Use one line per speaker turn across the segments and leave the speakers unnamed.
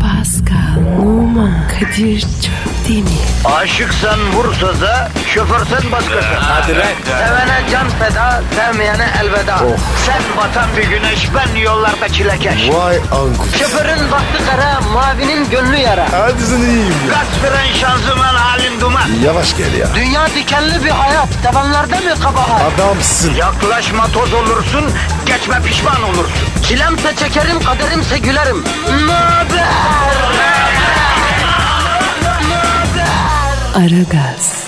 Pascal, Oman, Kadir çok değil mi?
Aşıksan vursa da, şoförsen başkasın. Hadi
lan.
Sevene can feda, sevmeyene elveda. Sen batan bir güneş, ben yollarda çilekeş.
Vay anku.
Şoförün baktı kara, mavinin gönlü yara.
Hadi sen iyiyim ya.
Kasperen şanzıman halin duman.
Yavaş gel ya.
Dünya dikenli bir hayat, sevenlerde mi kabahar?
Adamsın.
Yaklaşma toz olursun, geçme pişman olursun. Çilemse çekerim, kaderimse gülerim. Möber!
Aragaz,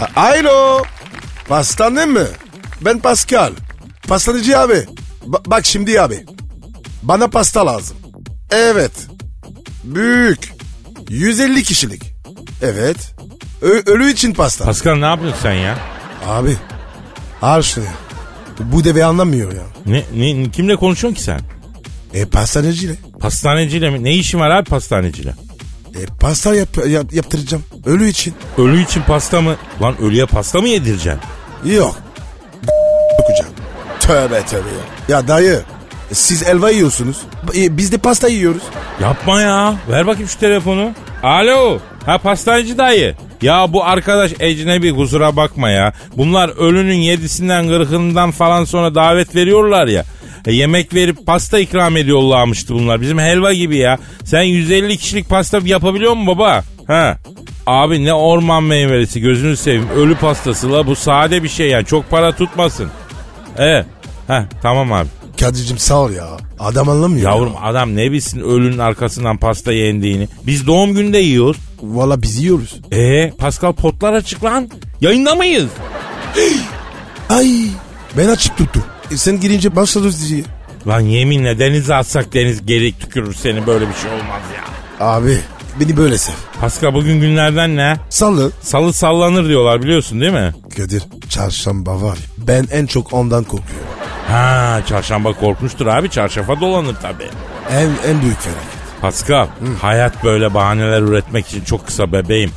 A- Alo. Pastane mi? Ben Pascal. Pastaneci abi. Ba- bak şimdi abi. Bana pasta lazım. Evet. Büyük. 150 kişilik. Evet. Ö- ölü için pasta.
Pascal ne yapıyorsun sen ya?
abi. Al şunu. ya. Bu deve anlamıyor ya.
Ne, ne, kimle konuşuyorsun ki sen?
E pastaneciyle.
Pastaneciyle mi? Ne işin var abi pastaneciyle?
E pasta yap- yap- yaptıracağım. Ölü için.
Ölü için pasta mı? Lan ölüye pasta mı yedireceksin?
Yok. Okuyacağım. Tövbe tövbe ya. Ya dayı siz elva yiyorsunuz. E, Biz de pasta yiyoruz.
Yapma ya. Ver bakayım şu telefonu. Alo. Ha pastaneci dayı. Ya bu arkadaş ecnebi kusura bakma ya. Bunlar ölünün yedisinden kırkından falan sonra davet veriyorlar ya. E, yemek verip pasta ikram ediyorlarmıştı bunlar. Bizim helva gibi ya. Sen 150 kişilik pasta yapabiliyor musun baba? Ha. Abi ne orman meyvelesi gözünü seveyim. Ölü pastası la bu sade bir şey yani. Çok para tutmasın. E. Ha tamam abi.
Kadir'cim sağ ol ya. Adam anlamıyor.
Yavrum adam ne bilsin ölünün arkasından pasta yendiğini. Biz doğum günde yiyoruz.
Valla biz yiyoruz.
Ee Pascal potlar açık lan. Yayında mıyız?
Ay ben açık tuttum. E, sen girince başladık diye.
Lan yeminle denize atsak deniz geri tükürür seni böyle bir şey olmaz ya.
Abi beni böyle sev.
Pascal bugün günlerden ne?
Salı.
Salı sallanır diyorlar biliyorsun değil mi?
Kadir çarşamba var. ya, Ben en çok ondan korkuyorum.
Ha çarşamba korkmuştur abi çarşafa dolanır tabii.
En, en büyük felaket.
Pascal, hayat böyle bahaneler üretmek için çok kısa bebeğim.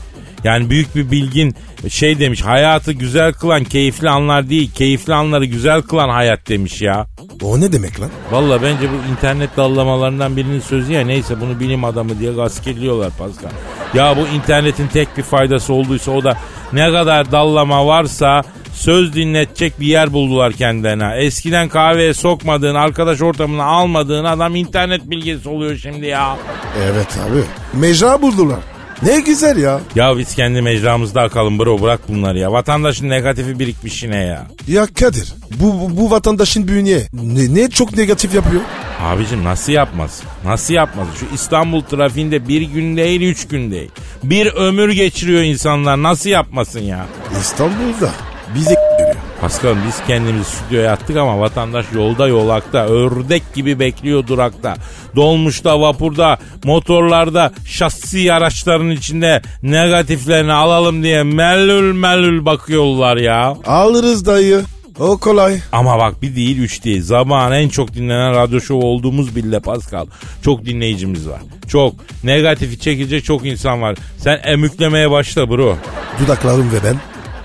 Yani büyük bir bilgin şey demiş, hayatı güzel kılan keyifli anlar değil, keyifli anları güzel kılan hayat demiş ya.
O ne demek lan?
Valla bence bu internet dallamalarından birinin sözü ya neyse bunu bilim adamı diye gaskeliyorlar Pascal. Ya bu internetin tek bir faydası olduysa o da ne kadar dallama varsa söz dinletecek bir yer buldular kendilerine. Eskiden kahveye sokmadığın, arkadaş ortamına almadığın adam internet bilgisi oluyor şimdi ya.
Evet abi. Mecra buldular. Ne güzel ya.
Ya biz kendi mecramızda akalım bro bırak bunları ya. Vatandaşın negatifi birikmiş yine ya.
Ya Kadir bu, bu, bu vatandaşın bünye ne, ne çok negatif yapıyor?
Abicim nasıl yapmaz? Nasıl yapmaz? Şu İstanbul trafiğinde bir gün değil üç gün değil. Bir ömür geçiriyor insanlar nasıl yapmasın ya?
İstanbul'da bize görüyor.
Paskal'ım biz kendimizi stüdyoya attık ama vatandaş yolda yolakta, ördek gibi bekliyor durakta. Dolmuşta, vapurda, motorlarda, şahsi araçların içinde negatiflerini alalım diye mellül mellül bakıyorlar ya.
Alırız dayı. O kolay.
Ama bak bir değil üç değil. Zaman en çok dinlenen radyo şovu olduğumuz bile Pascal. Çok dinleyicimiz var. Çok. Negatifi çekecek çok insan var. Sen emüklemeye başla bro.
Dudaklarım ve ben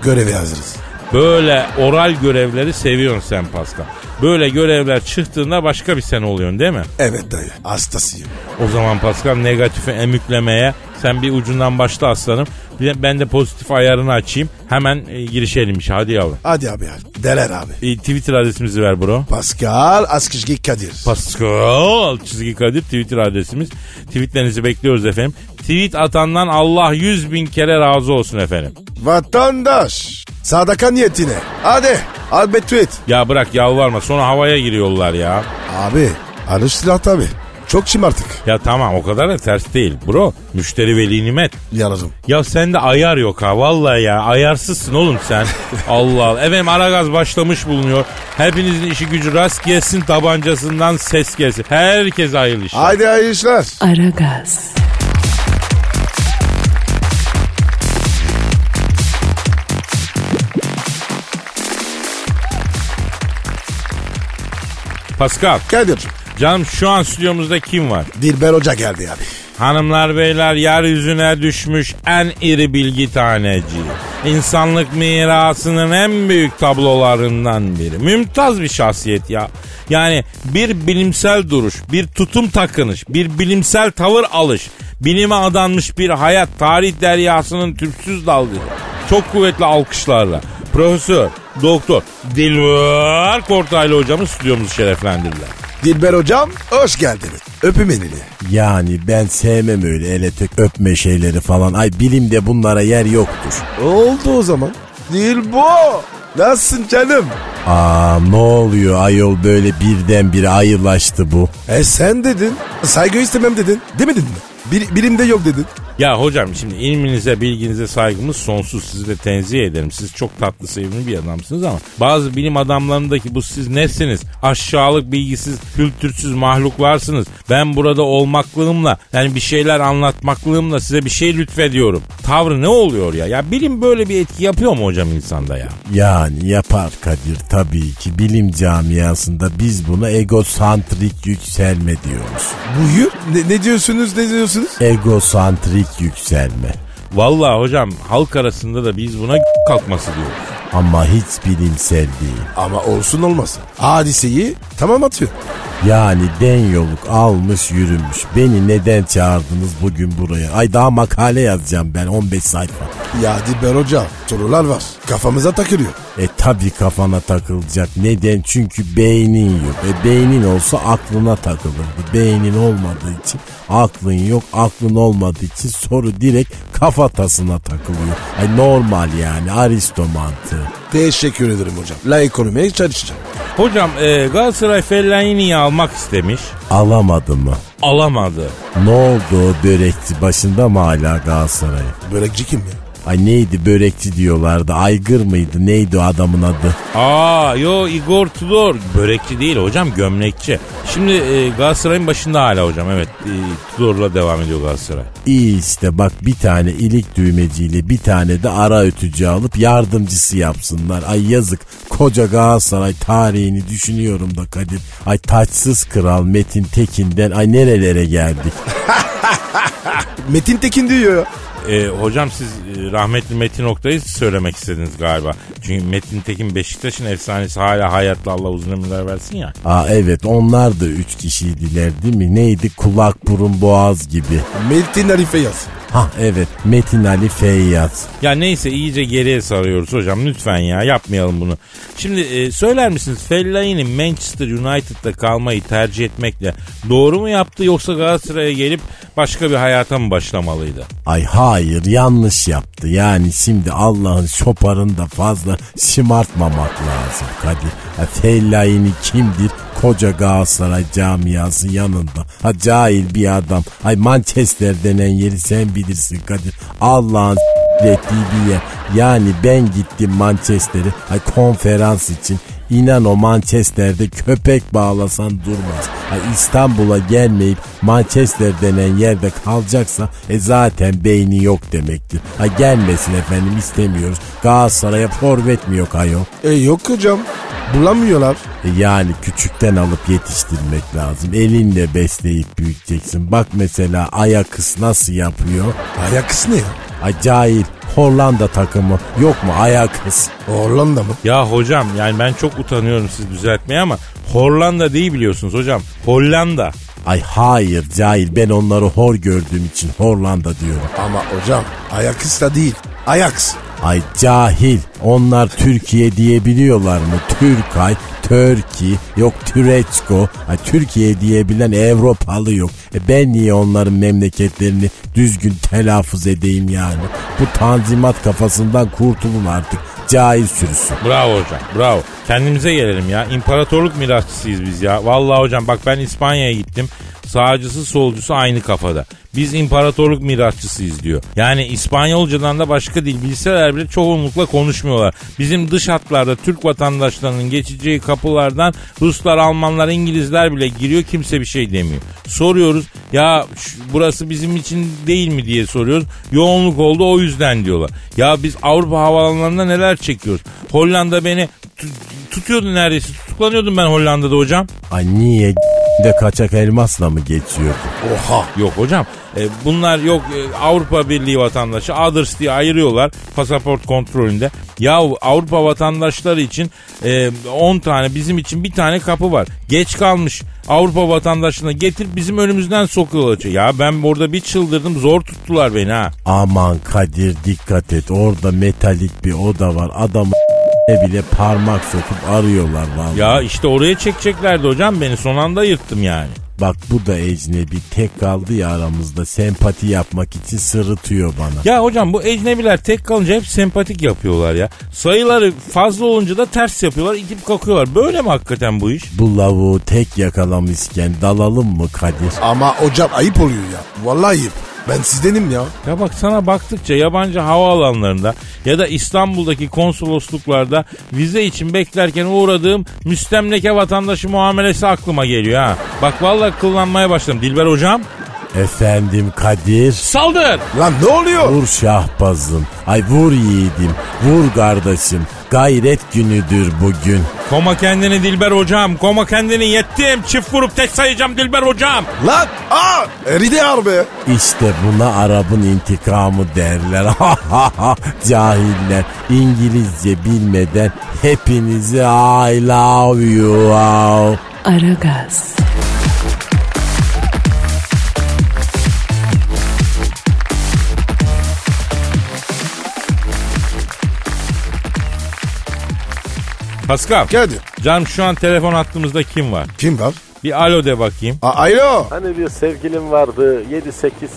göreve hazırız.
Böyle oral görevleri seviyorsun sen Pascal. Böyle görevler çıktığında başka bir sen oluyorsun değil mi?
Evet dayı hastasıyım.
O zaman Pascal negatifi emüklemeye sen bir ucundan başla aslanım. Bir de- Ben de pozitif ayarını açayım. Hemen e, girişelim işe hadi yavrum.
Hadi abi hadi. Deler abi.
E, Twitter adresimizi ver bro.
Pascal Askışki Kadir.
Pascal alt çizgi Kadir Twitter adresimiz. Tweetlerinizi bekliyoruz efendim. Tweet atandan Allah yüz bin kere razı olsun efendim.
Vatandaş. Sadaka niyetine. Hadi. Al tweet.
Ya bırak yalvarma sonra havaya giriyorlar ya.
Abi alıştılar tabi. Çok şımartık.
Ya tamam o kadar da ters değil bro. Müşteri veli nimet.
Yanarım.
Ya sende ayar yok ha vallahi ya ayarsızsın oğlum sen. Allah Allah. Efendim Aragaz başlamış bulunuyor. Hepinizin işi gücü rast gelsin tabancasından ses gelsin. Herkese hayırlı işler.
Haydi hayırlı işler.
Aragaz,
Pascal
Kadir'cim.
canım şu an stüdyomuzda kim var?
Dilber Hoca geldi abi.
Hanımlar beyler yeryüzüne düşmüş en iri bilgi taneci. İnsanlık mirasının en büyük tablolarından biri. Mümtaz bir şahsiyet ya. Yani bir bilimsel duruş, bir tutum takınış, bir bilimsel tavır alış, bilime adanmış bir hayat, tarih deryasının tüpsüz dalgası. Çok kuvvetli alkışlarla. Profesör, doktor, Dilber Kortaylı hocamız stüdyomuzu şereflendirdiler.
Dilber hocam hoş geldiniz. Öpüm elini.
Yani ben sevmem öyle ele tek öpme şeyleri falan. Ay bilimde bunlara yer yoktur.
Oldu o zaman. Dilbo. Nasılsın canım?
Aa ne oluyor ayol böyle birdenbire ayılaştı bu.
E sen dedin. Saygı istemem dedin. Demedin mi? Bir, bilimde yok dedin.
Ya hocam şimdi ilminize bilginize saygımız sonsuz. Sizi de tenzih ederim. Siz çok tatlı sevimli bir adamsınız ama bazı bilim adamlarındaki bu siz nesiniz? Aşağılık bilgisiz kültürsüz mahluklarsınız. Ben burada olmaklığımla yani bir şeyler anlatmaklığımla size bir şey lütfediyorum. Tavrı ne oluyor ya? Ya bilim böyle bir etki yapıyor mu hocam insanda ya?
Yani yapar Kadir tabii ki bilim camiasında biz buna egosantrik yükselme diyoruz.
Buyur. Ne, ne diyorsunuz ne diyorsunuz?
Egosantrik yükselme.
Vallahi hocam halk arasında da biz buna kalkması diyoruz.
Ama hiç bilimsel değil.
Ama olsun olmasın. Hadiseyi tamam atıyor.
Yani den yoluk almış yürümüş. Beni neden çağırdınız bugün buraya? Ay daha makale yazacağım ben 15 sayfa.
Ya Dilber hocam sorular var. Kafamıza takılıyor.
E tabi kafana takılacak. Neden? Çünkü beynin yok. E beynin olsa aklına takılırdı. Beynin olmadığı için aklın yok. Aklın olmadığı için soru direkt kafatasına takılıyor. Ay normal yani aristo mantığı.
Teşekkür ederim hocam. Layık olmaya çalışacağım.
Hocam e, Galatasaray Fellaini'yi almak istemiş.
Alamadı mı?
Alamadı.
Ne oldu o börekçi başında mı hala Galatasaray?
Börekçi kim ya?
Ay neydi börekçi diyorlardı. Aygır mıydı? Neydi o adamın adı?
Aa yo Igor Tudor börekçi değil hocam gömlekçi. Şimdi e, Galatasaray'ın başında hala hocam evet e, Tudor'la devam ediyor Galatasaray.
İyi işte bak bir tane ilik düğmeciyle bir tane de ara ötücü alıp yardımcısı yapsınlar. Ay yazık koca Galatasaray tarihini düşünüyorum da Kadir. Ay taçsız kral Metin Tekin'den ay nerelere geldik.
Metin Tekin diyor ya.
E, hocam siz e, rahmetli Metin Oktay'ı söylemek istediniz galiba. Çünkü Metin Tekin Beşiktaş'ın efsanesi hala hayatta Allah uzun ömürler versin ya.
Aa evet onlar da üç kişiydiler değil mi? Neydi kulak burun boğaz gibi.
Metin Arife yaz.
Ha evet Metin Ali Feyyaz.
Ya neyse iyice geriye sarıyoruz hocam lütfen ya yapmayalım bunu. Şimdi e, söyler misiniz Fellaini Manchester United'da kalmayı tercih etmekle doğru mu yaptı yoksa Galatasaray'a gelip başka bir hayata mı başlamalıydı?
Ay hayır yanlış yaptı. Yani şimdi Allah'ın şoparını da fazla şımartmamak lazım Kadir. Ha, Fellaini kimdir? Koca Galatasaray camiası yanında. Ha cahil bir adam. Ay Manchester denen yeri sen bilirsin Kadir. Allah'ın ettiği bir yer. Yani ben gittim Manchester'e ay konferans için. İnan o Manchester'de köpek bağlasan durmaz. Ay İstanbul'a gelmeyip Manchester denen yerde kalacaksa e zaten beyni yok demektir. Ha gelmesin efendim istemiyoruz. Galatasaray'a forvet mi yok ayol?
E yok hocam. Bulamıyorlar.
E Yani küçükten alıp yetiştirmek lazım. Elinle besleyip büyüteceksin. Bak mesela Ayakıs nasıl yapıyor?
Ayak ne ya?
Acayip. Hollanda takımı yok mu Ayakıs?
Orlanda mı?
Ya hocam yani ben çok utanıyorum siz düzeltmeye ama Hollanda değil biliyorsunuz hocam. Hollanda.
Ay hayır cahil ben onları hor gördüğüm için Hollanda diyorum.
Ama hocam ayak da değil. Ayaks.
Ay cahil onlar Türkiye diyebiliyorlar mı? Türkay, Türki, yok Türeçko. Ay Türkiye diyebilen Avrupalı yok. E ben niye onların memleketlerini düzgün telaffuz edeyim yani? Bu tanzimat kafasından kurtulun artık. Cahil sürüsü.
Bravo hocam bravo. Kendimize gelelim ya. İmparatorluk mirasçısıyız biz ya. Vallahi hocam bak ben İspanya'ya gittim. Sağcısı solcusu aynı kafada. Biz imparatorluk mirasçısıyız diyor. Yani İspanyolcadan da başka dil bilseler bile çoğunlukla konuşmuyorlar. Bizim dış hatlarda Türk vatandaşlarının geçeceği kapılardan Ruslar, Almanlar, İngilizler bile giriyor kimse bir şey demiyor. Soruyoruz ya şu- burası bizim için değil mi diye soruyoruz. Yoğunluk oldu o yüzden diyorlar. Ya biz Avrupa havalanlarında neler çekiyoruz. Hollanda beni tu- tutuyordu neredeyse tutuklanıyordum ben Hollanda'da hocam.
Ay niye Bir de kaçak elmasla mı geçiyordu?
Oha.
Yok hocam. E, bunlar yok e, Avrupa Birliği vatandaşı others diye ayırıyorlar pasaport kontrolünde. Ya Avrupa vatandaşları için e, 10 tane bizim için bir tane kapı var. Geç kalmış Avrupa vatandaşına getirip bizim önümüzden sokuyorlar. Ya ben orada bir çıldırdım zor tuttular beni ha.
Aman Kadir dikkat et orada metalik bir oda var adamı bile parmak sokup arıyorlar vallahi.
Ya işte oraya çekeceklerdi hocam beni son anda yırttım yani.
Bak bu da ecnebi tek kaldı ya aramızda sempati yapmak için sırıtıyor bana.
Ya hocam bu ecnebiler tek kalınca hep sempatik yapıyorlar ya. Sayıları fazla olunca da ters yapıyorlar itip kakıyorlar. Böyle mi hakikaten bu iş?
Bu lavuğu tek yakalamışken dalalım mı Kadir?
Ama hocam ayıp oluyor ya. Vallahi ayıp. Ben sizdenim ya.
Ya bak sana baktıkça yabancı havaalanlarında ya da İstanbul'daki konsolosluklarda vize için beklerken uğradığım müstemleke vatandaşı muamelesi aklıma geliyor ha. Bak vallahi kullanmaya başladım Dilber hocam.
Efendim Kadir.
Saldır!
Lan ne oluyor?
Vur şahbazım. Ay vur yiğidim. Vur kardeşim. Gayret günüdür bugün.
Koma kendini Dilber hocam. Koma kendini yettim. Çift vurup tek sayacağım Dilber hocam.
Lan aa eridi harbi.
İşte buna Arap'ın intikamı derler. Cahiller İngilizce bilmeden hepinizi I love you. Wow.
Aragaz,
Pascal.
Geldi.
Canım şu an telefon hattımızda kim var?
Kim var?
Bir alo de bakayım.
A alo.
Hani bir sevgilim vardı 7-8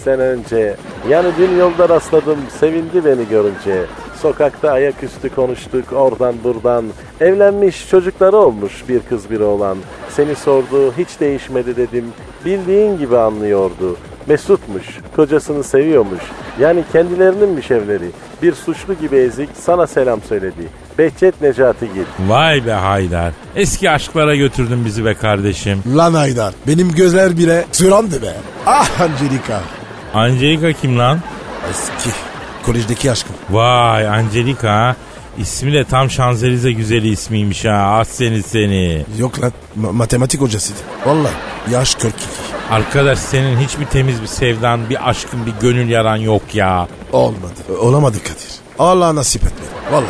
sene önce. Yani dün yolda rastladım sevindi beni görünce. Sokakta ayaküstü konuştuk oradan buradan. Evlenmiş çocukları olmuş bir kız bir oğlan. Seni sordu hiç değişmedi dedim. Bildiğin gibi anlıyordu. Mesutmuş, kocasını seviyormuş. Yani kendilerinin evleri. Bir suçlu gibi ezik sana selam söyledi. Behçet Necati Gil.
Vay be Haydar. Eski aşklara götürdün bizi be kardeşim.
Lan Haydar benim gözler bile sırandı be. Ah Angelika.
Angelika kim lan?
Eski. Kolejdeki aşkım.
Vay Angelika ha. İsmi de tam Şanzelize güzeli ismiymiş ha. Ah seni seni.
Yok lan ma- matematik hocasıydı. Vallahi yaş 42.
Arkadaş senin hiçbir temiz bir sevdan, bir aşkın, bir gönül yaran yok ya.
Olmadı. Olamadı Kadir. Allah nasip etmedi. Vallahi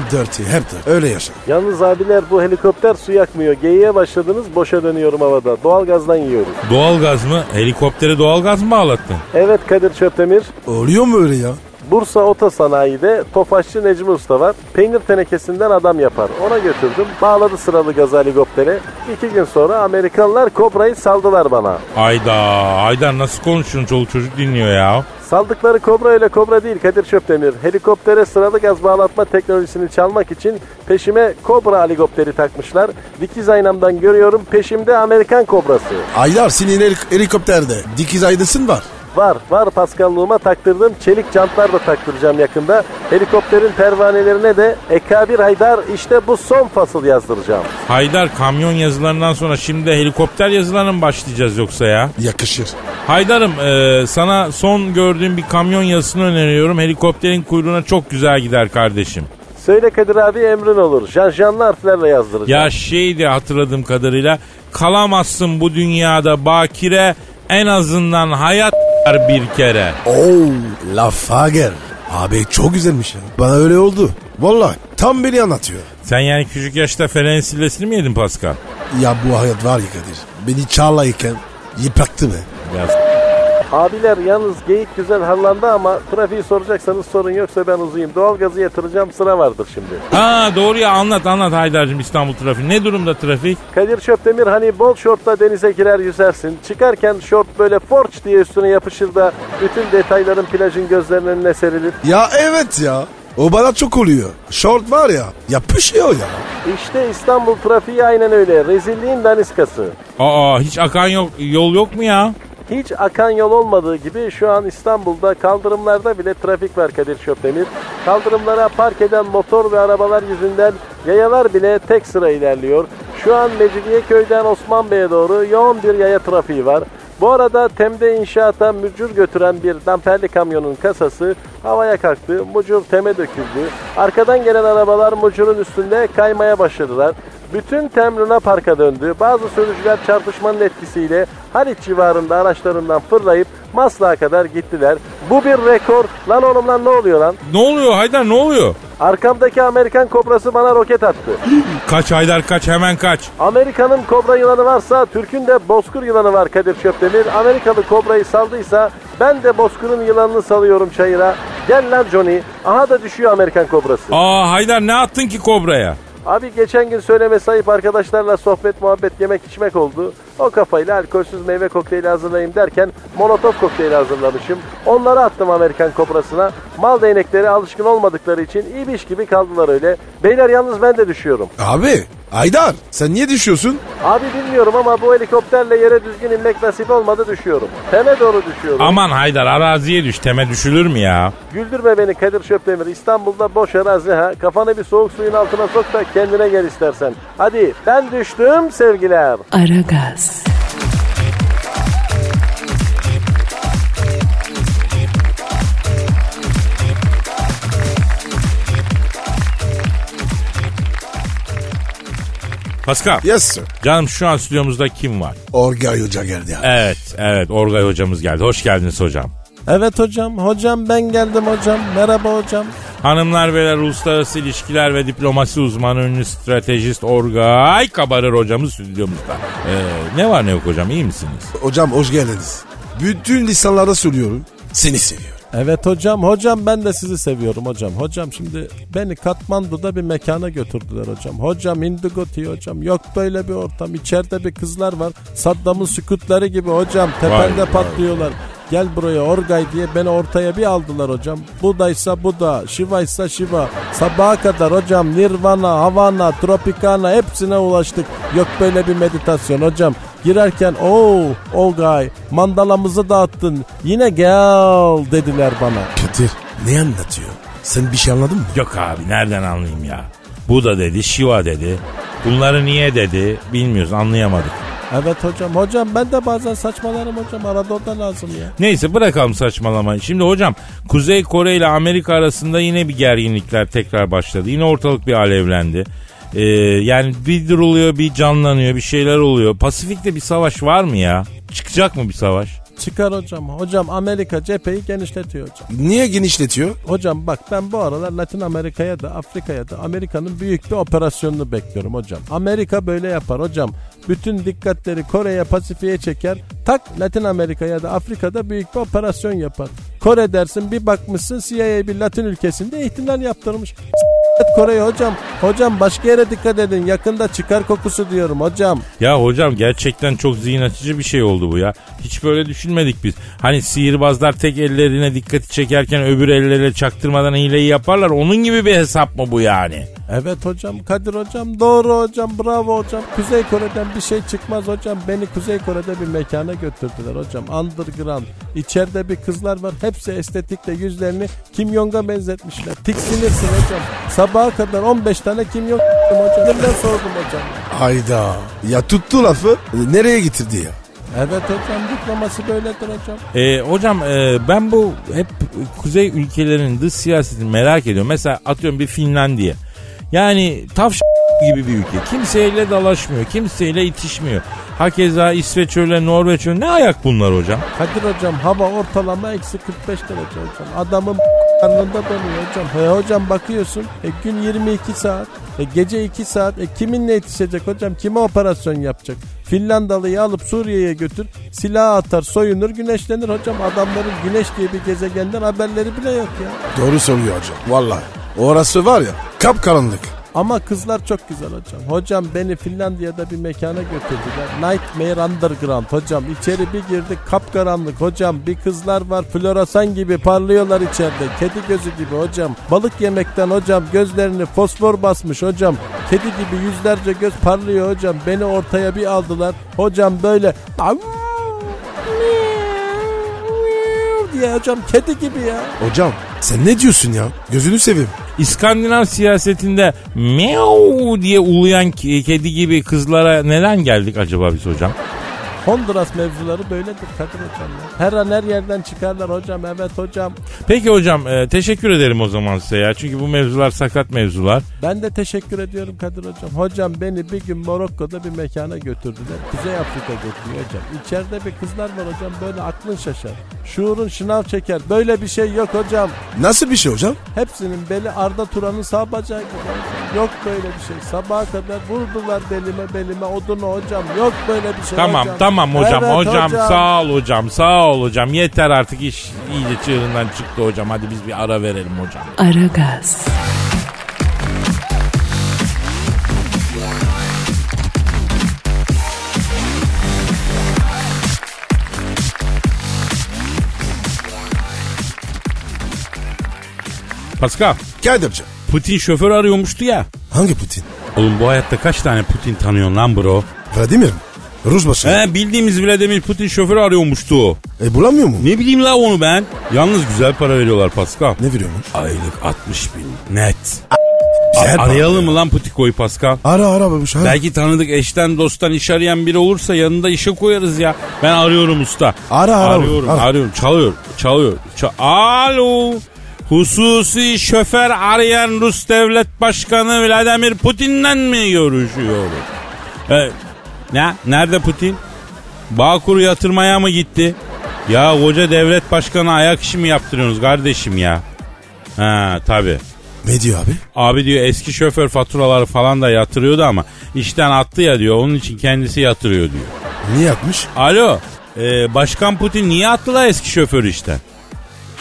hep dirty hep dirty. Öyle yaşa.
Yalnız abiler bu helikopter su yakmıyor. Geyiğe başladınız boşa dönüyorum havada. Doğalgazdan yiyoruz.
Doğalgaz mı? Helikoptere doğalgaz mı bağlattın?
Evet Kadir Çöptemir.
Oluyor mu öyle ya?
Bursa Ota Sanayi'de Tofaşçı Necmi Usta var. Peynir tenekesinden adam yapar. Ona götürdüm. Bağladı sıralı gaza helikoptere. İki gün sonra Amerikanlar Kobra'yı saldılar bana.
Ayda, Haydar nasıl konuşuyorsun çoluk çocuk dinliyor ya.
Saldıkları Kobra ile Kobra değil Kadir Çöptemir. Helikoptere sıralı gaz bağlatma teknolojisini çalmak için peşime Kobra helikopteri takmışlar. Dikiz aynamdan görüyorum peşimde Amerikan Kobrası.
Haydar senin helik- helikopterde. Dikiz aydısın var.
Var, var paskalluğuma taktırdım. Çelik cantlar da taktıracağım yakında. Helikopterin pervanelerine de Ekabir Haydar işte bu son fasıl yazdıracağım.
Haydar kamyon yazılarından sonra şimdi de helikopter yazılarına mı başlayacağız yoksa ya?
Yakışır.
Haydar'ım e, sana son gördüğüm bir kamyon yazısını öneriyorum. Helikopterin kuyruğuna çok güzel gider kardeşim.
Söyle Kadir abi emrin olur. Janjanlı harflerle yazdıracağım.
Ya şeydi hatırladığım kadarıyla kalamazsın bu dünyada bakire en azından hayat bir kere.
Oo, lafa gel. Abi çok güzelmiş ya. Bana öyle oldu. Vallahi tam beni anlatıyor.
Sen yani küçük yaşta felen sillesini mi yedin Pascal?
Ya bu hayat var ya Kadir. Beni çağlayken yıprattı be.
Ya s-
Abiler yalnız geyik güzel harlandı ama trafiği soracaksanız sorun yoksa ben uzayım. Doğalgazı yatıracağım sıra vardır şimdi.
Ha doğru ya anlat anlat Haydar'cığım İstanbul trafiği. Ne durumda trafik?
Kadir Çöptemir hani bol şortla denize girer yüzersin. Çıkarken şort böyle forç diye üstüne yapışır da bütün detayların plajın gözlerinin önüne serilir.
Ya evet ya. O bana çok oluyor. Short var ya yapışıyor ya.
İşte İstanbul trafiği aynen öyle. Rezilliğin daniskası.
Aa hiç akan yok yol yok mu ya?
Hiç akan yol olmadığı gibi şu an İstanbul'da kaldırımlarda bile trafik var Kadir Çöpdemir. Kaldırımlara park eden motor ve arabalar yüzünden yayalar bile tek sıra ilerliyor. Şu an Mecidiyeköy'den Osman Bey'e doğru yoğun bir yaya trafiği var. Bu arada Tem'de inşaata mücür götüren bir damperli kamyonun kasası havaya kalktı. Mucur teme döküldü. Arkadan gelen arabalar mucurun üstünde kaymaya başladılar.
Bütün Temrina Park'a döndü. Bazı sürücüler çarpışmanın etkisiyle Haliç civarında araçlarından fırlayıp Maslak'a kadar gittiler. Bu bir rekor. Lan oğlum lan ne oluyor lan?
Ne oluyor Haydar ne oluyor?
Arkamdaki Amerikan kobrası bana roket attı.
Kaç Haydar kaç hemen kaç.
Amerikan'ın kobra yılanı varsa Türk'ün de bozkır yılanı var Kadir Çöptemir. Amerikalı kobrayı saldıysa ben de bozkırın yılanını salıyorum çayıra. Gel lan Johnny. Aha da düşüyor Amerikan kobrası.
Aa Haydar ne attın ki kobraya?
Abi geçen gün söyleme sayıp arkadaşlarla sohbet, muhabbet, yemek, içmek oldu. O kafayla alkolsüz meyve kokteyli hazırlayayım derken molotof kokteyli hazırlamışım. Onları attım Amerikan kobrasına. Mal değnekleri alışkın olmadıkları için ibiş gibi kaldılar öyle. Beyler yalnız ben de düşüyorum.
Abi Aydar sen niye düşüyorsun?
Abi bilmiyorum ama bu helikopterle yere düzgün inmek nasip olmadı düşüyorum. Teme doğru düşüyorum.
Aman Haydar araziye düş teme düşülür mü ya?
Güldürme beni Kadir Şöpdemir. İstanbul'da boş arazi ha. Kafanı bir soğuk suyun altına sok da kendine gel istersen. Hadi ben düştüm sevgiler.
Aragaz,
Pascal
Yes sir.
canım şu an stüdyomuzda kim var?
Orgay Hoca geldi abi.
Evet evet Orgay hocamız geldi. Hoş geldiniz hocam.
Evet hocam, hocam ben geldim hocam. Merhaba hocam.
Hanımlar beyler uluslararası ilişkiler ve diplomasi uzmanı ünlü stratejist Orgay Kabarır hocamız stüdyomuzda. Ee, ne var ne yok hocam iyi misiniz?
Hocam hoş geldiniz. Bütün lisanlara söylüyorum. Seni seviyorum.
Evet hocam, hocam ben de sizi seviyorum hocam. Hocam şimdi beni Katmandu'da bir mekana götürdüler hocam. Hocam indigo tea hocam. Yok böyle bir ortam. İçeride bir kızlar var. Saddam'ın sükutları gibi hocam. Tepende
vay.
patlıyorlar. Gel buraya orgay diye beni ortaya bir aldılar hocam. Budaysa Buda, Şivaysa Şiva. Sabaha kadar hocam Nirvana, Havana, Tropicana hepsine ulaştık. Yok böyle bir meditasyon hocam. Girerken o orgay mandalamızı dağıttın. Yine gel dediler bana.
Kadir ne anlatıyor? Sen bir şey anladın mı?
Yok abi nereden anlayayım ya? Buda dedi, Şiva dedi. Bunları niye dedi bilmiyoruz anlayamadık.
Evet hocam hocam ben de bazen saçmalarım hocam arada o da lazım ya.
Neyse bırakalım saçmalamayı. Şimdi hocam Kuzey Kore ile Amerika arasında yine bir gerginlikler tekrar başladı. Yine ortalık bir alevlendi. Ee, yani bir duruluyor bir canlanıyor bir şeyler oluyor. Pasifik'te bir savaş var mı ya? Çıkacak mı bir savaş?
Çıkar hocam. Hocam Amerika cepheyi genişletiyor hocam.
Niye genişletiyor?
Hocam bak ben bu aralar Latin Amerika'ya da Afrika'ya da Amerika'nın büyük bir operasyonunu bekliyorum hocam. Amerika böyle yapar hocam. Bütün dikkatleri Kore'ye Pasifik'e çeker. Tak Latin Amerika'ya da Afrika'da büyük bir operasyon yapar. Kore dersin bir bakmışsın CIA bir Latin ülkesinde ihtilal yaptırmış. S- Kore'ye hocam. Hocam başka yere dikkat edin. Yakında çıkar kokusu diyorum hocam.
Ya hocam gerçekten çok zihin açıcı bir şey oldu bu ya. Hiç böyle düşünmedik biz. Hani sihirbazlar tek ellerine dikkati çekerken öbür elleriyle çaktırmadan hileyi yaparlar. Onun gibi bir hesap mı bu yani?
Evet hocam, Kadir hocam, doğru hocam, bravo hocam. Kuzey Kore'den bir şey çıkmaz hocam. Beni Kuzey Kore'de bir mekana götürdüler hocam. Underground. İçeride bir kızlar var. Hepsi estetikle yüzlerini Kim Jong'a benzetmişler. Tiksinirsin hocam. Sabaha kadar 15 tane Kim Jong hocam. Kimden sordum hocam.
Hayda. Ya tuttu lafı nereye getirdi ya?
Evet hocam diploması böyledir hocam.
E, hocam e, ben bu hep kuzey ülkelerinin dış siyasetini merak ediyorum. Mesela atıyorum bir Finlandiya. Yani tavş gibi bir ülke. Kimseyle dalaşmıyor, kimseyle itişmiyor. Hakeza İsveç öyle, Norveç öyle. Ne ayak bunlar hocam?
Kadir hocam hava ortalama eksi 45 derece hocam. Adamın karnında donuyor hocam. He hocam bakıyorsun e, gün 22 saat, e, gece 2 saat. E, kiminle yetişecek hocam? Kime operasyon yapacak? Finlandalıyı alıp Suriye'ye götür. Silah atar, soyunur, güneşlenir hocam. Adamların güneş diye bir gezegenden haberleri bile yok ya.
Doğru soruyor hocam. Vallahi. Orası var ya kapkaranlık.
Ama kızlar çok güzel hocam. Hocam beni Finlandiya'da bir mekana götürdüler. Nightmare Underground hocam. İçeri bir girdik kapkaranlık hocam. Bir kızlar var floresan gibi parlıyorlar içeride. Kedi gözü gibi hocam. Balık yemekten hocam gözlerini fosfor basmış hocam. Kedi gibi yüzlerce göz parlıyor hocam. Beni ortaya bir aldılar. Hocam böyle "Av, miau, miau" diye hocam kedi gibi ya.
Hocam sen ne diyorsun ya? Gözünü seveyim.
İskandinav siyasetinde meow diye uluyan ke- kedi gibi kızlara neden geldik acaba biz hocam?
Honduras mevzuları böyledir Kadir Hocam ya. Her an her yerden çıkarlar hocam evet hocam.
Peki hocam e, teşekkür ederim o zaman size ya. Çünkü bu mevzular sakat mevzular.
Ben de teşekkür ediyorum Kadir Hocam. Hocam beni bir gün Morokko'da bir mekana götürdüler. Kuzey Afrika götürüyor hocam. İçeride bir kızlar var hocam böyle aklın şaşar. Şuurun şınav çeker. Böyle bir şey yok hocam.
Nasıl bir şey hocam?
Hepsinin beli Arda Turan'ın sağ bacağı gibi. hocam. Yok böyle bir şey. Sabaha kadar vurdular belime belime odunu hocam. Yok böyle bir şey
Tamam
hocam.
tamam hocam
Evet
hocam, sağ ol hocam sağ ol hocam. Yeter artık iş iyice çığırından çıktı hocam. Hadi biz bir ara verelim hocam.
Aragaz,
Pascal
Kadir'cim.
Putin şoför arıyormuştu ya.
Hangi Putin?
Oğlum bu hayatta kaç tane Putin tanıyorsun lan bro?
Vladimir mi? Rus başı.
He bildiğimiz Vladimir Putin şoförü arıyormuştu.
E bulamıyor mu?
Ne bileyim la onu ben. Yalnız güzel para veriyorlar Pascal.
Ne veriyormuş?
Aylık 60 bin net.
Güzel
Arayalım mı lan Putiko'yu Pascal?
Ara ara babuş ara.
Belki tanıdık eşten dosttan iş arayan biri olursa yanında işe koyarız ya. Ben arıyorum usta.
Ara, ara,
Arıyorum
ara.
arıyorum çalıyor çalıyor. Ça- Alo. Hususi şoför arayan Rus devlet başkanı Vladimir Putin'den mi görüşüyor? E, ne? Nerede Putin? Bağkur yatırmaya mı gitti? Ya koca devlet başkanı ayak işi mi yaptırıyorsunuz kardeşim ya? Ha tabii.
Ne diyor abi?
Abi diyor eski şoför faturaları falan da yatırıyordu ama işten attı ya diyor onun için kendisi yatırıyor diyor.
Niye yapmış?
Alo e, Başkan Putin niye attı la eski şoförü işten?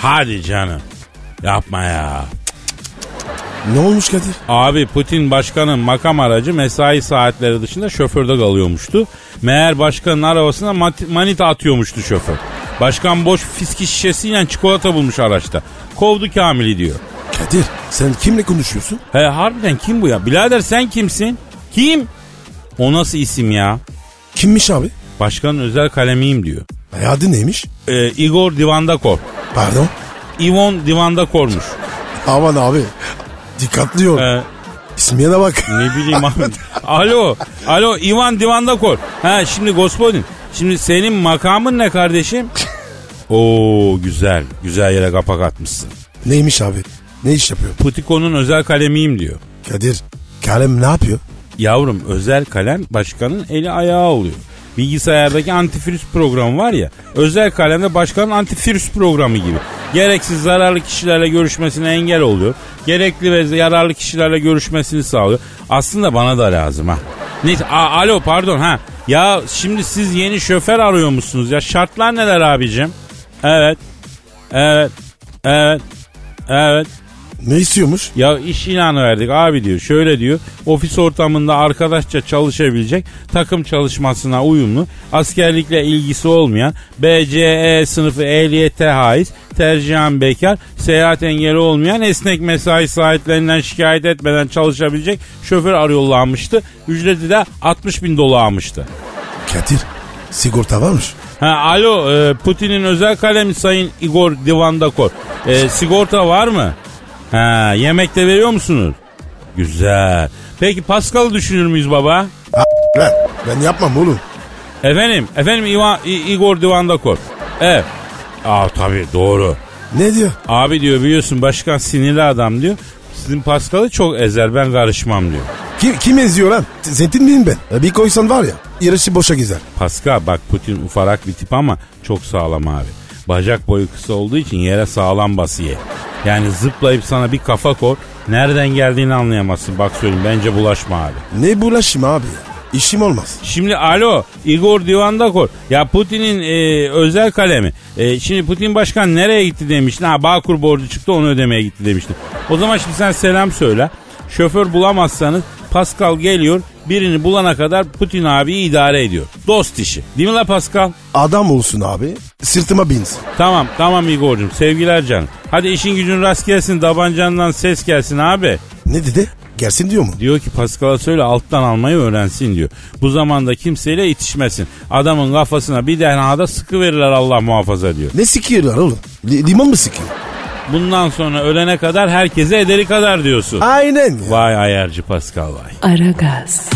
Hadi canım yapma ya.
Ne olmuş Kadir?
Abi Putin başkanın makam aracı mesai saatleri dışında şoförde kalıyormuştu. Meğer başkanın arabasına mat- manita atıyormuştu şoför. Başkan boş fiski şişesiyle çikolata bulmuş araçta. Kovdu Kamil'i diyor.
Kadir sen kimle konuşuyorsun?
He harbiden kim bu ya? Birader sen kimsin? Kim? O nasıl isim ya?
Kimmiş abi?
Başkanın özel kalemiyim diyor.
E, adı neymiş?
Ee, Igor Divandakor.
Pardon.
Ivon Divandakor'muş.
Aman abi. Dikkatli ol.
Ee,
İsmiye de bak.
ne bileyim abi. Alo. Alo Ivan Divandakor. Ha şimdi gospodin. Şimdi senin makamın ne kardeşim? Oo güzel. Güzel yere kapak atmışsın.
Neymiş abi? Ne iş yapıyor?
Putiko'nun özel kalemiyim diyor.
Kadir. Kalem ne yapıyor?
Yavrum özel kalem başkanın eli ayağı oluyor. Bilgisayardaki antivirüs programı var ya. Özel kalemde başkanın antivirüs programı gibi. Gereksiz zararlı kişilerle görüşmesine engel oluyor. Gerekli ve yararlı kişilerle görüşmesini sağlıyor. Aslında bana da lazım ha. Neyse a- alo pardon ha. Ya şimdi siz yeni şoför arıyor musunuz ya? Şartlar neler abicim? Evet. Evet. Evet. Evet.
Ne istiyormuş?
Ya iş ilanı verdik abi diyor. Şöyle diyor. Ofis ortamında arkadaşça çalışabilecek, takım çalışmasına uyumlu, askerlikle ilgisi olmayan, BCE sınıfı ehliyete haiz, tercihen bekar, seyahat engeli olmayan, esnek mesai saatlerinden şikayet etmeden çalışabilecek şoför arıyorlarmıştı. Ücreti de 60 bin dolarmıştı.
Kadir. Sigorta varmış.
Ha, alo e, Putin'in özel kalemi Sayın Igor Divandakor. E, sigorta var mı? Ha, yemek de veriyor musunuz? Güzel. Peki Pascal'ı düşünür müyüz baba?
Lan ben yapmam oğlum.
Efendim, efendim İva- İ- Igor Divandakor. Evet. Aa tabii doğru.
Ne diyor?
Abi diyor biliyorsun başkan sinirli adam diyor. Sizin Pascal'ı çok ezer ben karışmam diyor.
Kim, kim eziyor lan? Zeytin miyim ben? E, Bir koysan var ya. Yarışı boşa gezer.
Pascal bak Putin ufarak bir tip ama çok sağlam abi. Bacak boyu kısa olduğu için yere sağlam basıyor. Yani zıplayıp sana bir kafa kor. Nereden geldiğini anlayamazsın. Bak söyleyeyim bence bulaşma abi.
Ne bulaşım abi ya? İşim olmaz.
Şimdi alo Igor Divandakor. Ya Putin'in e, özel kalemi. E, şimdi Putin başkan nereye gitti demiştin. Ha Bağkur borcu çıktı onu ödemeye gitti demiştin. O zaman şimdi sen selam söyle. Şoför bulamazsanız Pascal geliyor. Birini bulana kadar Putin abiyi idare ediyor. Dost işi. Değil mi la Pascal?
Adam olsun abi. Sırtıma binsin.
Tamam tamam Igor'cum sevgiler canım. Hadi işin gücün rast gelsin tabancandan ses gelsin abi.
Ne dedi? Gelsin diyor mu?
Diyor ki Pascal'a söyle alttan almayı öğrensin diyor. Bu zamanda kimseyle itişmesin. Adamın kafasına bir DNA'da sıkı verirler Allah muhafaza diyor.
Ne sikiyorlar oğlum? Li- limon mu sikiyor?
Bundan sonra ölene kadar herkese ederi kadar diyorsun.
Aynen ya.
Vay ayarcı Pascal vay.
Aragaz,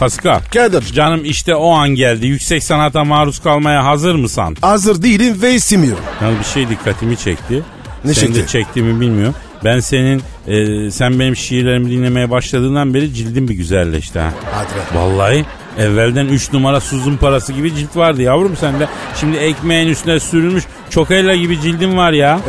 Pascal.
Kadir.
Canım işte o an geldi. Yüksek sanata maruz kalmaya hazır mısan?
Hazır değilim ve istemiyorum.
Yalnız bir şey dikkatimi çekti.
Ne
Senin de
çekti?
çektiğimi bilmiyorum. Ben senin, e, sen benim şiirlerimi dinlemeye başladığından beri cildin bir güzelleşti ha.
Hadi be.
Vallahi evvelden 3 numara suzun parası gibi cilt vardı yavrum sende. Şimdi ekmeğin üstüne sürülmüş çokayla gibi cildin var ya.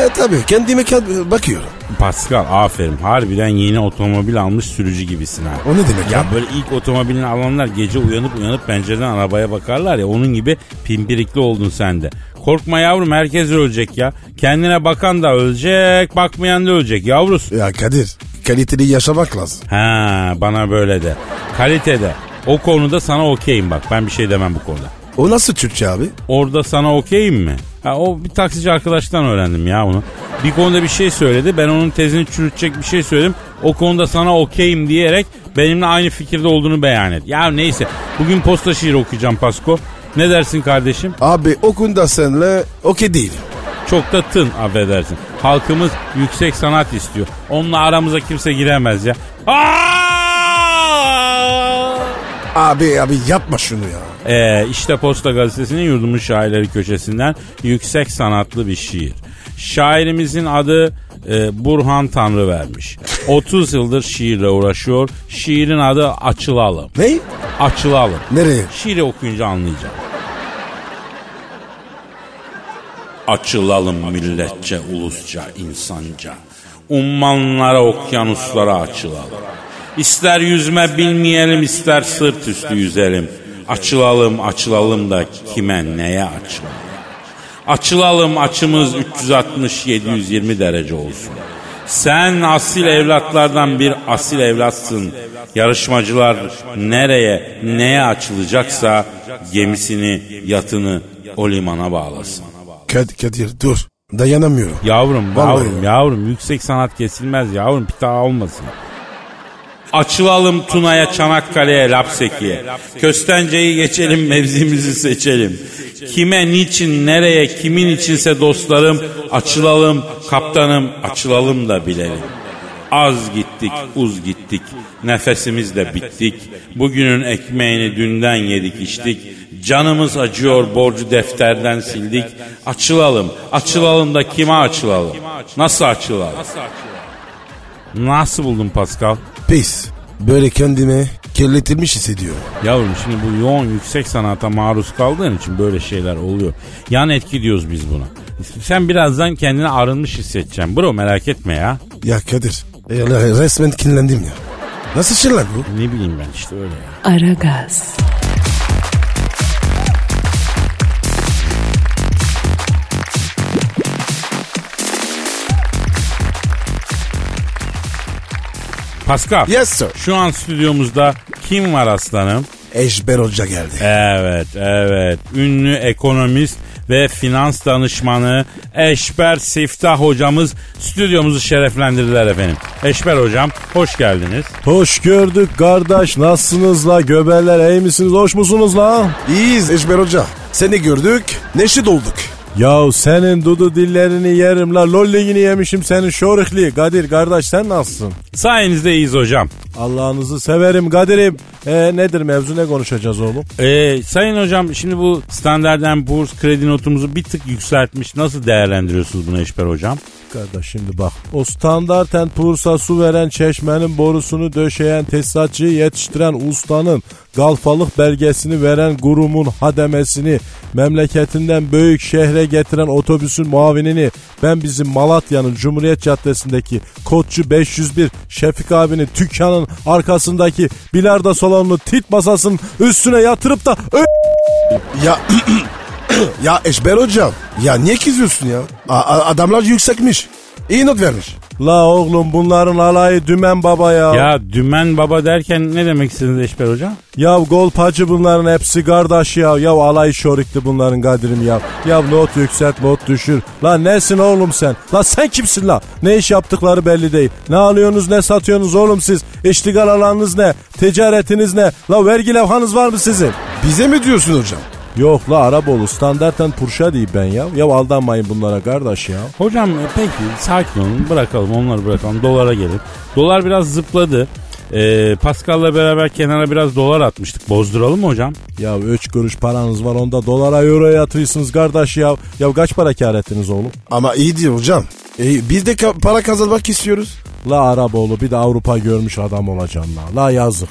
E, e, tabii kendime kad- bakıyorum.
Pascal aferin harbiden yeni otomobil almış sürücü gibisin ha.
O ne demek
Ya
ya?
böyle ilk otomobilini alanlar gece uyanıp uyanıp pencereden arabaya bakarlar ya onun gibi pimpirikli oldun sen de. Korkma yavrum herkes ölecek ya. Kendine bakan da ölecek, bakmayan da ölecek yavrusu.
Ya Kadir kaliteli yaşamak lazım.
Ha bana böyle de. Kalitede. O konuda sana okeyim bak. Ben bir şey demem bu konuda.
O nasıl Türkçe abi?
Orada sana okeyim mi? Ha, o bir taksici arkadaştan öğrendim ya onu. Bir konuda bir şey söyledi. Ben onun tezini çürütecek bir şey söyledim. O konuda sana okeyim diyerek benimle aynı fikirde olduğunu beyan et. Ya neyse. Bugün posta şiiri okuyacağım Pasko. Ne dersin kardeşim?
Abi o konuda senle okey değil.
Çok da tın affedersin. Halkımız yüksek sanat istiyor. Onunla aramıza kimse giremez ya. Aa!
Abi abi yapma şunu ya.
Ee, işte Posta Gazetesi'nin yurdumun şairleri köşesinden yüksek sanatlı bir şiir. Şairimizin adı e, Burhan Tanrı vermiş. 30 yıldır şiirle uğraşıyor. Şiirin adı Açılalım.
Ne?
Açılalım.
Nereye?
Şiiri okuyunca anlayacağım. Açılalım milletçe, ulusça, insanca. Ummanlara, okyanuslara açılalım. İster yüzme bilmeyelim, ister sırt üstü yüzelim. Açılalım, açılalım da kime, neye açılalım? Açılalım açımız 360-720 derece olsun. Sen asil evlatlardan bir asil evlatsın. Yarışmacılar nereye, neye açılacaksa gemisini, yatını o limana bağlasın.
Kad- Kadir dur. Dayanamıyorum.
Yavrum,
Vallahi
yavrum, yavrum yüksek sanat kesilmez yavrum bir daha olmasın. Açılalım Tuna'ya, Çanakkale'ye, Lapseki'ye. Köstence'yi geçelim, mevzimizi seçelim. Kime, niçin, nereye, kimin içinse dostlarım, açılalım, kaptanım, açılalım da bilelim. Az gittik, uz gittik, nefesimiz de bittik. Bugünün ekmeğini dünden yedik, içtik. Canımız acıyor, borcu defterden sildik. Açılalım, açılalım da kime açılalım? Nasıl açılalım? Nasıl buldun Pascal?
Pis. Böyle kendimi kirletilmiş hissediyorum.
Yavrum şimdi bu yoğun yüksek sanata maruz kaldığın için böyle şeyler oluyor. Yan etki diyoruz biz buna. Sen birazdan kendini arınmış hissedeceksin. Bro merak etme ya.
Ya Kadir e, re- resmen kinlendim ya. Nasıl şey lan bu?
Ne bileyim ben işte öyle ya.
Aragaz,
Pascal.
Yes sir.
Şu an stüdyomuzda kim var aslanım?
Eşber Hoca geldi.
Evet, evet. Ünlü ekonomist ve finans danışmanı Eşber Siftah hocamız stüdyomuzu şereflendirdiler efendim. Eşber hocam hoş geldiniz.
Hoş gördük kardeş nasılsınız la göberler iyi misiniz hoş musunuz la?
İyiyiz Eşber Hoca. Seni gördük, neşit olduk.
Yahu senin dudu dillerini yerim la lolligini yemişim senin şorikli Kadir kardeş sen nasılsın?
Sayenizde iyiyiz hocam.
Allah'ınızı severim Kadir'im. E, nedir mevzu ne konuşacağız oğlum?
Ee, sayın hocam şimdi bu Standard Poor's kredi notumuzu bir tık yükseltmiş. Nasıl değerlendiriyorsunuz bunu Eşber hocam?
Kardeş şimdi bak. O standart Poor's'a su veren çeşmenin borusunu döşeyen tesisatçıyı yetiştiren ustanın galfalık belgesini veren gurumun hademesini memleketinden büyük şehre getiren otobüsün muavinini ben bizim Malatya'nın Cumhuriyet Caddesi'ndeki Koççu 501 Şefik abinin dükkanın arkasındaki bilardo salonunu tit masasının üstüne yatırıp da ö-
Ya ya Eşber Hocam ya niye kızıyorsun ya? A- a- adamlar yüksekmiş. İyi not vermiş.
La oğlum bunların alayı dümen baba
Ya dümen baba derken ne demek istediniz Eşber hocam?
Ya golpacı bunların hepsi kardeş ya. Ya alay şorikli bunların Kadir'im ya. Ya not yükselt not düşür. Lan nesin oğlum sen? Lan sen kimsin la? Ne iş yaptıkları belli değil. Ne alıyorsunuz ne satıyorsunuz oğlum siz? İştigal alanınız ne? Ticaretiniz ne? La vergi levhanız var mı sizin?
Bize mi diyorsun hocam?
Yok la Arabolu standartten Purşa değil ben ya. Ya aldanmayın bunlara kardeş ya.
Hocam e, peki sakin olun bırakalım onları bırakalım dolara gelin. Dolar biraz zıpladı. Ee, Pascal'la beraber kenara biraz dolar atmıştık. Bozduralım mı hocam?
Ya üç kuruş paranız var onda dolara euroya yatırıyorsunuz kardeş ya. Ya kaç para kar ettiniz oğlum?
Ama iyi değil hocam. E, biz de ka- para kazanmak istiyoruz.
La Araboğlu bir de Avrupa görmüş adam olacaksın la. La yazık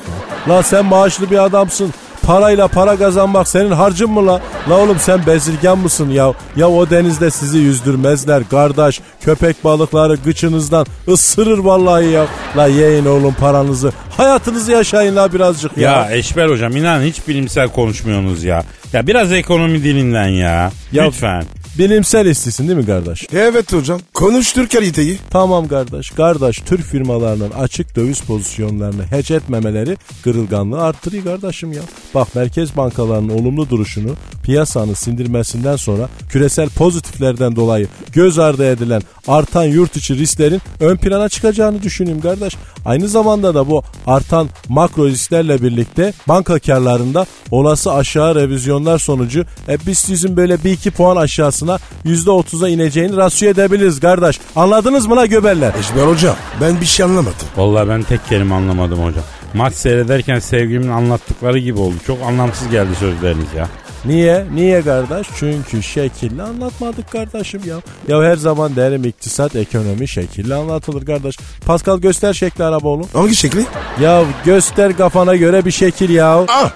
la. La sen maaşlı bir adamsın. Parayla para kazanmak senin harcın mı la? La oğlum sen bezirgen mısın ya? Ya o denizde sizi yüzdürmezler kardeş. Köpek balıkları gıçınızdan ısırır vallahi ya. La yiyin oğlum paranızı. Hayatınızı yaşayın la birazcık ya.
Ya Eşber hocam inan hiç bilimsel konuşmuyorsunuz ya. Ya biraz ekonomi dilinden ya.
Ya-
Lütfen.
Bilimsel istisin değil mi kardeş?
Evet hocam. Konuş Türk kaliteyi.
Tamam kardeş. Kardeş Türk firmalarının açık döviz pozisyonlarını hedge etmemeleri kırılganlığı arttırıyor kardeşim ya. Bak merkez bankalarının olumlu duruşunu piyasanın sindirmesinden sonra küresel pozitiflerden dolayı göz ardı edilen artan yurt içi risklerin ön plana çıkacağını düşünüyorum kardeş. Aynı zamanda da bu artan makro risklerle birlikte banka karlarında olası aşağı revizyonlar sonucu e, biz sizin böyle bir iki puan aşağısına %30'a ineceğini rasyo edebiliriz kardeş. Anladınız mı la göberler?
Eşber hocam ben bir şey anlamadım.
Vallahi ben tek kelime anlamadım hocam. Maç seyrederken sevgilimin anlattıkları gibi oldu. Çok anlamsız geldi sözleriniz ya.
Niye? Niye kardeş? Çünkü şekilli anlatmadık kardeşim ya. Ya her zaman derim iktisat, ekonomi şekilli anlatılır kardeş. Pascal göster şekli araba oğlum.
Hangi şekli?
Ya göster kafana göre bir şekil ya.
Ah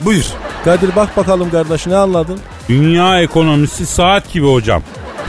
buyur.
Kadir bak bakalım kardeş ne anladın?
Dünya ekonomisi saat gibi hocam.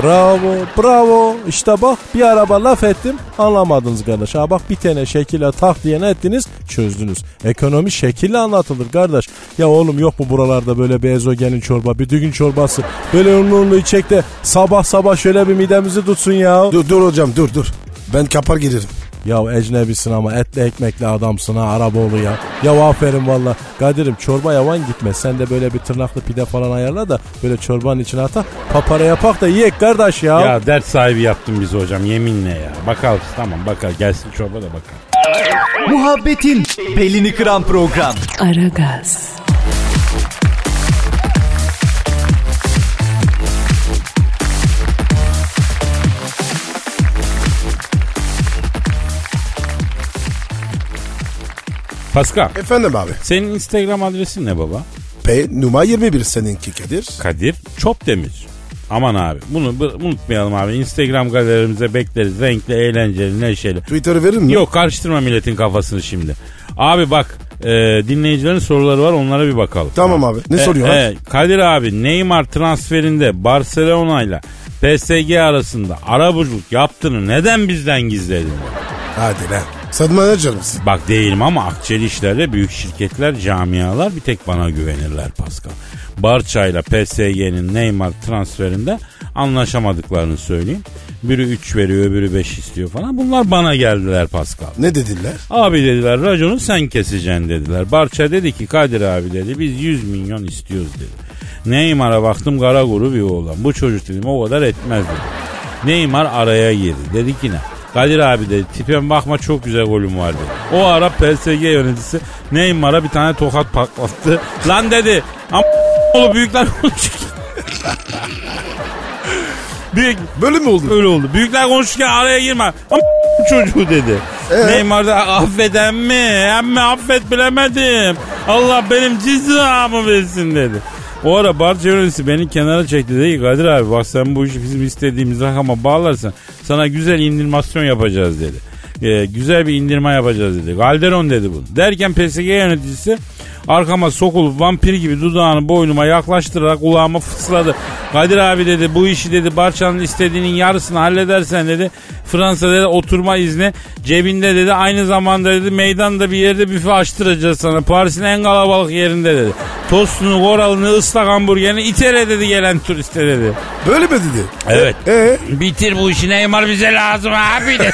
Bravo, bravo. İşte bak bir araba laf ettim anlamadınız kardeş. Ha bak bir tane şekile tak diyen ettiniz çözdünüz. Ekonomi şekille anlatılır kardeş. Ya oğlum yok mu buralarda böyle bir ezogenin çorba, bir düğün çorbası. Böyle unlu unlu içek de sabah sabah şöyle bir midemizi tutsun ya.
Dur, dur hocam dur dur. Ben kapar gelirim.
Ya ecnebisin ama etli ekmekli adamsın ha Araboğlu ya. Ya aferin valla. Kadir'im çorba yavan gitmez. Sen de böyle bir tırnaklı pide falan ayarla da böyle çorbanın içine ata. Papara yapak da yiyek kardeş ya.
Ya dert sahibi yaptın bizi hocam yeminle ya. Bakalım tamam bakar gelsin çorba da bakar.
Muhabbetin belini kıran program.
Aragaz,
Pascal
Efendim abi.
senin Instagram adresin ne baba?
P numara 21 seninki Kadir.
Kadir Çopdemir. Aman abi bunu bu- unutmayalım abi. Instagram galerimize bekleriz. Renkli, eğlenceli, neşeli.
Twitter verir mi?
Yok karıştırma milletin kafasını şimdi. Abi bak e, dinleyicilerin soruları var onlara bir bakalım.
Tamam abi. Ne
E,
soruyorlar?
e, Kadir abi Neymar transferinde Barcelona ile PSG arasında arabuculuk yaptığını neden bizden gizledin?
Hadi lan. Sen manager mısın?
Bak değilim ama akçeli işlerde büyük şirketler, camialar bir tek bana güvenirler Pascal. Barça ile PSG'nin Neymar transferinde anlaşamadıklarını söyleyeyim. Biri 3 veriyor öbürü 5 istiyor falan. Bunlar bana geldiler Pascal.
Ne dediler?
Abi dediler raconu sen keseceksin dediler. Barça dedi ki Kadir abi dedi biz 100 milyon istiyoruz dedi. Neymar'a baktım kara kuru bir oğlan. Bu çocuk dedim o kadar etmez dedi. Neymar araya girdi. Dedi ki ne? Kadir abi dedi tipen bakma çok güzel golüm var dedi. O ara PSG yöneticisi Neymar'a bir tane tokat patlattı. Lan dedi ama oğlu büyükler konuşuyor. Büyük,
Böyle mi oldu?
Öyle oldu. Büyükler konuşurken araya girme. Ama çocuğu dedi. Neymar da affeden mi? Emmi affet bilemedim. Allah benim cezamı versin dedi. O ara Barça yöneticisi beni kenara çekti dedi ki Kadir abi bak sen bu işi bizim istediğimiz rakama bağlarsan sana güzel indirmasyon yapacağız dedi. Ee, güzel bir indirme yapacağız dedi. Calderon dedi bunu. Derken PSG yöneticisi arkama sokulup vampir gibi dudağını boynuma yaklaştırarak kulağıma fısladı. Kadir abi dedi bu işi dedi Barça'nın istediğinin yarısını halledersen dedi Fransa dedi oturma izni cebinde dedi aynı zamanda dedi meydanda bir yerde büfe açtıracağız sana Paris'in en kalabalık yerinde dedi. Tostunu, koralını, ıslak hamburgerini itele dedi gelen turiste dedi.
Böyle mi dedi?
Evet.
Ee?
Bitir bu işi Neymar bize lazım abi dedi.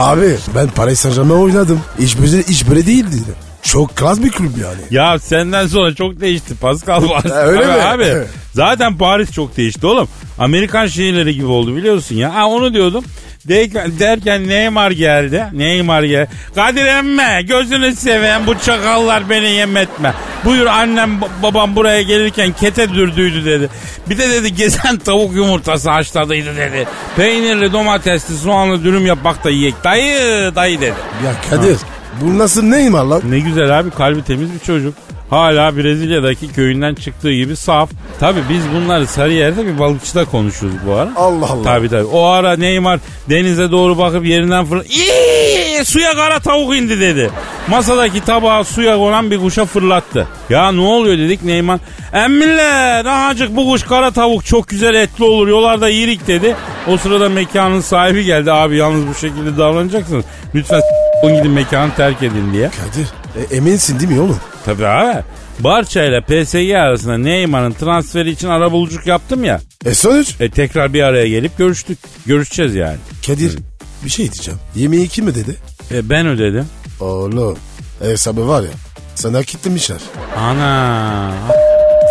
Abi ben Paris Saint Germain oynadım. İş böyle, iş böyle değildi. Çok klas bir kulüp yani.
Ya senden sonra çok değişti Pascal Paris.
Ha, öyle
abi,
mi?
abi. Zaten Paris çok değişti oğlum. Amerikan şehirleri gibi oldu biliyorsun ya. Ha onu diyordum. Derken, derken Neymar geldi. Neymar geldi. Kadir emme gözünü seveyim bu çakallar beni yem etme. Buyur annem ba- babam buraya gelirken kete dürdüydü dedi. Bir de dedi gezen tavuk yumurtası haşladıydı dedi. Peynirli domatesli soğanlı dürüm yap bak da yiyek. Dayı dayı dedi.
Ya Kadir bu nasıl Neymar lan?
Ne güzel abi kalbi temiz bir çocuk. Hala Brezilya'daki köyünden çıktığı gibi saf. Tabi biz bunları Sarıyer'de bir balıkçıda konuşuyoruz bu ara.
Allah Allah.
Tabi tabi. O ara Neymar denize doğru bakıp yerinden fırladı. İyi suya kara tavuk indi dedi. Masadaki tabağı suya konan bir kuşa fırlattı. Ya ne oluyor dedik Neymar. Emmille nahacık bu kuş kara tavuk çok güzel etli olur yollarda yirik dedi. O sırada mekanın sahibi geldi abi yalnız bu şekilde davranacaksınız. Lütfen s- gidin mekanı terk edin diye.
Kadir e, eminsin değil mi oğlum?
Tabii abi. Barça ile PSG arasında Neymar'ın transferi için arabuluculuk yaptım ya.
E sonuç?
E tekrar bir araya gelip görüştük. Görüşeceğiz yani.
Kadir bir şey diyeceğim. Yemeği kim ödedi?
E ben ödedim.
Oğlum hesabı e, var ya sana kitlemişler.
Ana.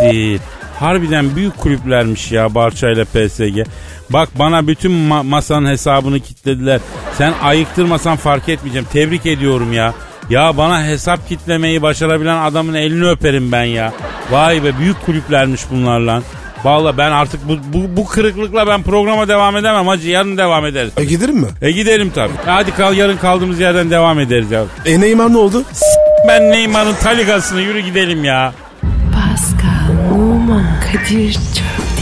Değil. Harbiden büyük kulüplermiş ya Barça ile PSG. Bak bana bütün ma- masanın hesabını kitlediler. Sen ayıktırmasan fark etmeyeceğim. Tebrik ediyorum ya. Ya bana hesap kitlemeyi başarabilen adamın elini öperim ben ya. Vay be büyük kulüplermiş bunlar lan. Valla ben artık bu, bu, bu kırıklıkla ben programa devam edemem hacı yarın devam ederiz.
E giderim mi?
E gidelim tabii. Hadi kal yarın kaldığımız yerden devam ederiz ya.
E Neymar ne oldu?
Ben Neymar'ın taligasını yürü gidelim ya.
Pascal, Oman, Kadir çok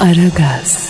Aragaz.